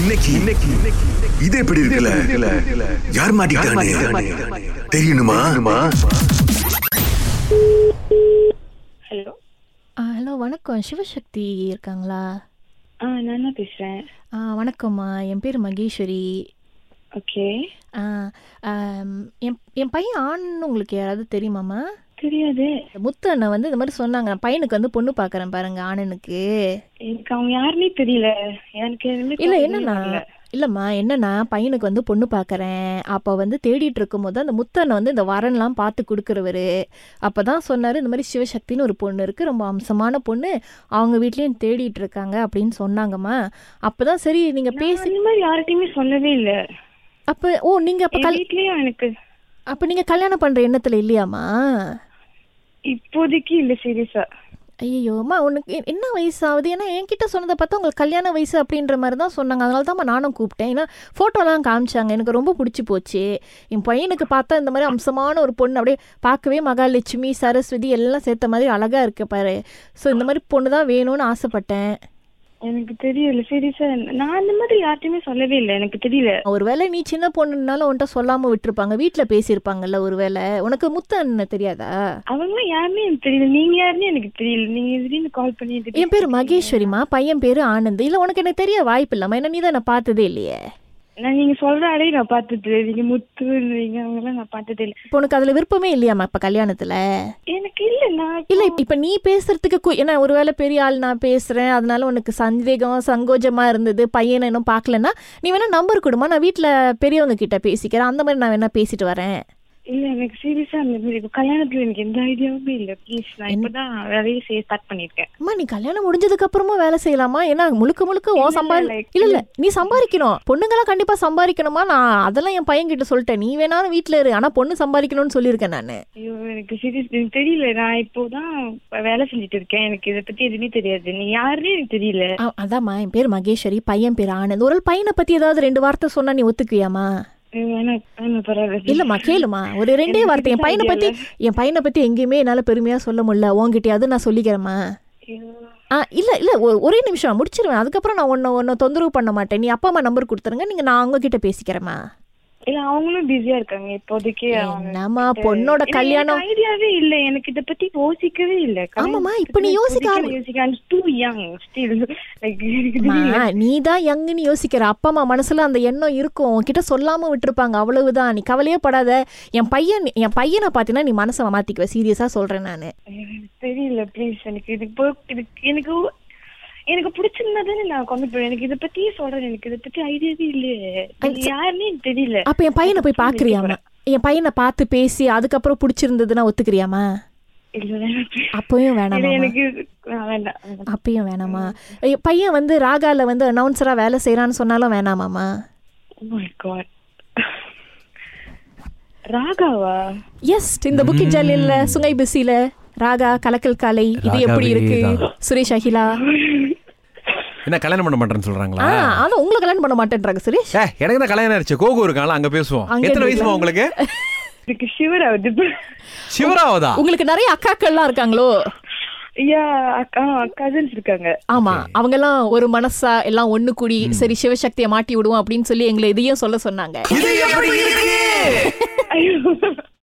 இன்னைக்கு இன்னைக்கு இன்னைக்கு- இது எப்படி இருக்குல்ல யார் மாட்டிக்கிட்டானே தெரியணுமா ஹலோ ஹலோ வணக்கம் சிவசக்தி இருக்காங்களா ஆ நான் தான் பேசுகிறேன் ஆ, வணக்கம்மா என் பேர் மகேஸ்வரி ஓகே ஆ, ஆம், என் என் பையன் ஆண்னு உங்களுக்கு யாராவது தெரியுமாம்மா தெரியாது முத்து அண்ணன் வந்து இந்த மாதிரி சொன்னாங்க நான் பையனுக்கு வந்து பொண்ணு பார்க்குறேன் பாருங்க ஆணனுக்கு எனக்கு அவங்க யாருன்னே தெரியல எனக்கு இல்லை என்னண்ணா இல்லைம்மா என்னன்னா பையனுக்கு வந்து பொண்ணு பார்க்குறேன் அப்போ வந்து தேடிட்டு இருக்கும்போது அந்த முத்தனை வந்து இந்த வரன்லாம் பார்த்து கொடுக்குறவரு அப்போ தான் சொன்னார் இந்த மாதிரி சிவசக்தின்னு ஒரு பொண்ணு இருக்குது ரொம்ப அம்சமான பொண்ணு அவங்க வீட்லேயும் தேடிட்டு இருக்காங்க அப்படின்னு சொன்னாங்கம்மா அப்போ தான் சரி நீங்கள் பேசி இந்த மாதிரி யார்கிட்டயுமே சொல்லவே இல்லை அப்போ ஓ நீங்கள் அப்போ என் கல் வீட்லயும் எனக்கு அப்போ நீங்கள் கல்யாணம் பண்ணுற எண்ணத்தில் இல்லையாம்மா இப்போதைக்கு இல்லை சீரியஸா ஐயோம்மா உனக்கு எ- என்ன வயசாகுது ஏன்னா என்கிட்ட சொன்னதை பார்த்தா உங்களுக்கு கல்யாண வயசு அப்படின்ற மாதிரி தான் சொன்னாங்க அதனால தான் நானும் கூப்பிட்டேன் ஏன்னா ஃபோட்டோலாம் காமிச்சாங்க எனக்கு ரொம்ப பிடிச்சி போச்சு என் பையனுக்கு பார்த்தா இந்த மாதிரி அம்சமான ஒரு பொண்ணு அப்படியே பார்க்கவே மகாலட்சுமி சரஸ்வதி எல்லாம் சேர்த்த மாதிரி அழகாக இருக்கு பாரு ஸோ இந்த மாதிரி பொண்ணு தான் வேணும்னு ஆசைப்பட்டேன் எனக்கு தெரியல சீரியஸா நான் இந்த மாதிரி யார்கிட்டயுமே சொல்லவே இல்லை எனக்கு தெரியல ஒருவேளை நீ சின்ன பொண்ணுனால உன்கிட்ட சொல்லாமல் விட்டுருப்பாங்க வீட்டில் பேசியிருப்பாங்கல்ல ஒருவேளை உனக்கு முத்து அண்ணன் தெரியாதா அவங்களாம் யாருன்னே எனக்கு தெரியல நீங்க யாருன்னே எனக்கு தெரியல நீங்க திடீர்னு கால் பண்ணி என் பேர் மகேஸ்வரிமா பையன் பேர் ஆனந்த் இல்லை உனக்கு எனக்கு தெரிய வாய்ப்பு இல்லாமல் ஏன்னா நீ தான் என்னை பார்த்ததே இல்லையே நான் நீங்க சொல்ற அடையே நான் பார்த்தது நீங்க முத்துன்றீங்க அவங்களாம் நான் பார்த்ததே இல்லை இப்போ உனக்கு அதுல விருப்பமே இல்லையாம்மா இப்ப கல்யாணத்துல எனக்கு இல்லை நான் இல்ல இப்ப- இப்ப நீ பேசுறதுக்கு கு- ஏன்னா ஒருவேளை பெரிய ஆள் நான் பேசுறேன் அதனால உனக்கு சந்தேகம் சங்கோஜமா இருந்தது பையனை இன்னும் பார்க்கலன்னா நீ வேணா நம்பர் கொடுமா நான் வீட்ல பெரியவங்க கிட்ட பேசிக்கிறேன் அந்த மாதிரி நான் வேணா பேசிட்டு வரேன் இல்ல எனக்கு சீரியஸா அந்த மாதிரி இப்ப கல்யாணத்துல எனக்கு எந்த ஐடியாவுமே இல்ல ப்ளீஸ் நான் இப்பதான் வேலையை செய்ய ஸ்டார்ட் பண்ணிருக்கேன் அம்மா நீ கல்யாணம் முடிஞ்சதுக்கு அப்புறமா வேலை செய்யலாமா ஏன்னா முழுக்க முழுக்க ஓ இல்ல, சம்பாதி like- இல்ல இல்ல நீ சம்பாதிக்கணும் பொண்ணுங்களாம் கண்டிப்பா சம்பாதிக்கணுமா நான் அதெல்லாம் என் பையன் கிட்ட சொல்லிட்டேன் நீ வேணாலும் வீட்ல இரு ஆனா பொண்ணு சம்பாதிக்கணும்னு சொல்லியிருக்கேன் நான் ஐயோ எனக்கு சீரியஸ் எனக்கு தெரியல நான் இப்போதான் இப்ப வேலை செஞ்சுட்டு இருக்கேன் எனக்கு இத பத்தி எதுவுமே தெரியாது நீ யாருன்னே எனக்கு தெரியல அ- அதாம்மா என் பேர் மகேஸ்வரி பையன் பேர் ஆனந்த் ஒரு பையனை பத்தி ஏதாவது ரெண்டு வார்த்தை சொன்னா நீ ஒத்துக்குவியாமா வேணா வேணா பரவாயில்ல இல்லம்மா கேளுமா ஒரு ரெண்டே எனக்கு வார்த்தை என் இதுதான் பையனை பத்தி என் பையனை பத்தி எங்கேயுமே என்னால பெருமையா சொல்ல முடியல உன்கிட்டயாவது நான் சொல்லிக்கிறேம்மா ஐயோ, ஆ இல்ல இல்ல ஒ- ஒரே நிமிஷம் நான் முடிச்சிருவேன் அதுக்கப்புறம் நான் உன்னை உன்னை தொந்தரவு பண்ண மாட்டேன் நீ அப்பா அம்மா நம்பர் கொடுத்துருங்க நீங்க நான் அவங்க கிட்ட பேசிக்கிறேம்மா இல்ல அவங்களும் பிஸியா இருக்காங்க இப்போதைக்கு என்னம்மா பொண்ணோட கல்யாணம் ஐடியாவே இல்ல எனக்கு இத பத்தி யோசிக்கவே இல்ல ஆமாம்மா, இப்ப நீ யோசிக்க ஆரம்பி- யோசிக்க டூ யங் ஸ்டில் நீ தான் யங்குன்னு யோசிக்கிற அப்பா அம்மா மனசுல அந்த எண்ணம் இருக்கும் உன்கிட்ட சொல்லாம விட்டுருப்பாங்க அவ்வளவுதான் நீ கவலையே படாத என் பையன் என் பையனை பார்த்தீங்கன்னா நீ மனசை மாத்திக்குவ சீரியஸா சொல்றேன் நான் எனக்கு தெரியல ப்ளீஸ் எனக்கு இது இப்போ இதுக்கு எனக்கு எனக்கு பிடிச்சிருந்தா தானே நான் கொண்டு போறேன் எனக்கு இதை பத்தியே சொல்றேன் எனக்கு இதை பத்தி ஐடியாவே இல்லையே இது யாருன்னே எனக்கு தெரியல அப்ப என் பையனை போய் பாக்குறியாமா என் பையனை பார்த்து பேசி அதுக்கப்புறம் பிடிச்சிருந்ததுன்னா ஒத்துக்கிறியாமா இல்ல வேணாம். அப்பயும் இது வேணாமா எனக்கு இது- ஆ, வேண்டாம் வேண்டாம். அப்பயும் வேணாமா ஐயோ, பையன் வந்து ராகால வந்து அனௌன்சரா வேலை செய்யறான்னு சொன்னாலும் வேணாமாமா Oh my God. Raghava S இந்த புக்கிட் ஜாலியில் சுங்கை பிஸில ராகா கலக்கல் காலை இது எப்படி இருக்கு ராகாவே சுரேஷ் அகிலா என்ன கல்யாணம் பண்ண மாட்டேன்னு ஆ சொல்றாங்களா ஆனா உங்களை கல்யாணம் பண்ண மாட்டேன்றாங்க சுரேஷ் ஏ எனக்கு தான் கல்யாணம் ஆயிடுச்சு கோகு இருக்காங்களா அங்க பேசுவோம் அங்க எத்தனை வயசுமா பேசுவோம். உங்களுக்கு இதுக்கு ஷிவர் ஆகுது சிவராவதா உங்களுக்கு நிறைய அக்காக்கள்லாம் இருக்காங்களோ யா அக்கா கசின்ஸ் இருக்காங்க ஆமா அவங்க எல்லாம் ஒரு மனசா எல்லாம் ஒண்ணு கூடி சரி சிவசக்தியை மாட்டி விடுவோம் அப்படின்னு சொல்லி எங்களை இதையும் சொல்ல சொன்னாங்க இது எப்படி இருக்கு ஐயோ